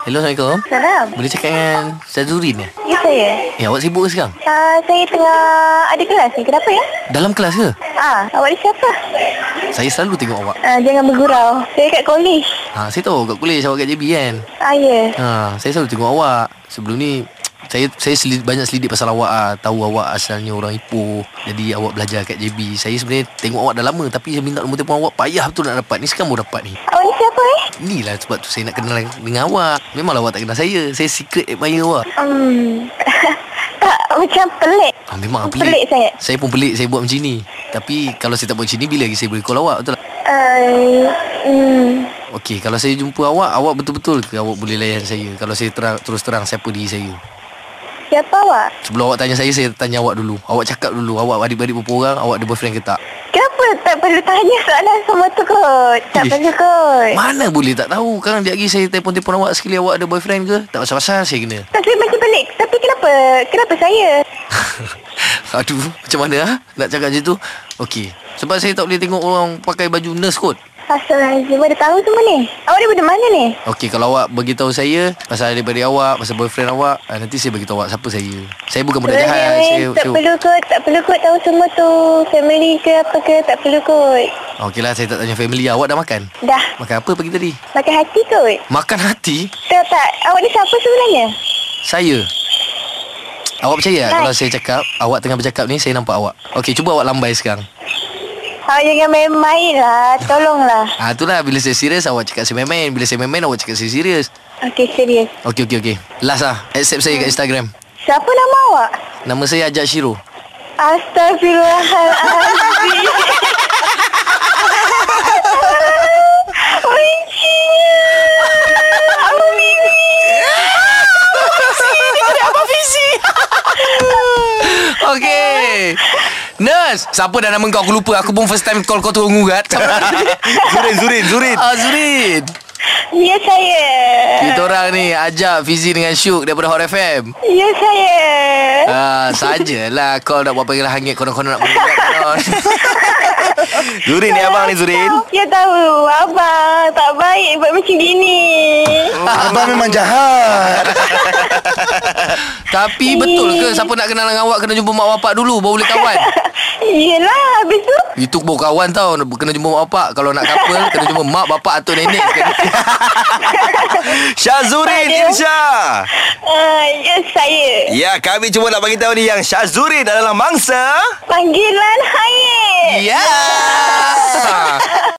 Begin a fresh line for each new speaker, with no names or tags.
Hello, Assalamualaikum.
Salam.
Boleh cakap dengan Ustaz Zurin ya?
Ya saya.
Eh, awak sibuk ke sekarang?
Uh, saya tengah ada kelas ni. Kenapa ya?
Dalam kelas ke?
Ah, awak ni siapa?
Saya selalu tengok awak.
Ah, jangan bergurau. Saya kat kolej.
Ha, saya tahu kat kuliah awak kat JB kan?
Ah, ya.
Ha, saya selalu tengok awak. Sebelum ni, saya saya selidik, banyak selidik pasal awak ah. Tahu awak asalnya orang Ipoh. Jadi awak belajar kat JB. Saya sebenarnya tengok awak dah lama tapi saya minta nombor telefon awak payah betul nak dapat. Ni sekarang baru dapat ni.
Awak ni siapa eh?
Inilah sebab tu saya nak kenal dengan awak. Memanglah awak tak kenal saya. Saya secret admirer awak.
Hmm. tak, macam pelik.
Ha, memang pelik.
Pelik saya.
Saya pun pelik saya buat macam ni. Tapi kalau saya tak buat macam ni bila lagi saya boleh call awak betul tak?
Uh, hmm.
Okey, kalau saya jumpa awak, awak betul-betul ke awak boleh layan saya? Kalau saya terang, terus terang siapa diri saya?
Siapa awak?
Sebelum awak tanya saya, saya tanya awak dulu. Awak cakap dulu, awak adik-beradik berapa orang, awak ada boyfriend ke tak?
Kenapa tak perlu tanya soalan semua tu kot? Tak
Ish.
perlu kot.
Mana boleh tak tahu. Kan dia lagi saya telefon-telefon awak sekali awak ada boyfriend ke? Tak pasal-pasal saya kena.
Tapi macam pelik. Tapi kenapa? Kenapa saya?
Aduh, macam mana ha? Nak cakap macam tu? Okey. Sebab saya tak boleh tengok orang pakai baju nurse kot.
Astaghfirullahaladzim. Awak dah tahu semua ni? Awak daripada mana ni?
Okey, kalau awak beritahu saya pasal adik-beradik awak, pasal boyfriend awak, ah, nanti saya beritahu awak siapa saya. Saya bukan budak jahat.
Sebenarnya,
Saya,
tak
saya
perlu kot Tak perlu kot tahu semua tu Family ke apa ke Tak perlu kot
Okeylah, saya tak tanya family lah. awak dah makan.
Dah
Makan apa pagi tadi?
Makan hati kot
Makan hati
Tak tak Awak ni siapa sebenarnya?
saya. Awak percaya tak
Hai.
kalau saya cakap, awak tengah bercakap ni saya nampak awak. Okey, cuba awak lambai sekarang.
Awak jangan main-main lah Tolonglah
Ah itulah bila saya serius awak cakap saya main-main, bila saya main-main awak cakap saya serius.
Okey serius
Okey okey okey. Last lah, accept saya kat Instagram.
Siapa nama awak?
Nama saya Ajak Shiro.
Astagfirullahaladzim Bencinya Apa bini
Apa visi? Okey. Nurse, siapa dah nama kau? Aku lupa. Aku pun first time call kau tu ngurat.
Zurin, Zurin, Zurin.
Azrin.
Ya saya
Kita orang ni ajak Fizi dengan Syuk daripada Hot FM.
Ya saya
Ah, sajalah kau nak buat panggilan hangit konon-konon nak mengugat konon.
Zurin ni abang ni Zurin.
Ya tahu Abang tak baik buat macam gini
Oh.
Abang memang jahat
Tapi betul ke siapa nak kenal dengan awak kena jumpa mak bapak dulu baru boleh kawan?
Yelah habis tu
Itu baru kawan tau Kena jumpa mak bapak Kalau nak couple Kena jumpa mak bapak atau nenek sekali.
Syazurin
Ada.
Insya.
uh, Ya saya
Ya, kami cuma nak bagi tahu ni yang Syazurin adalah mangsa.
Ya.
Ya.
Panggilan Hayek
Yeah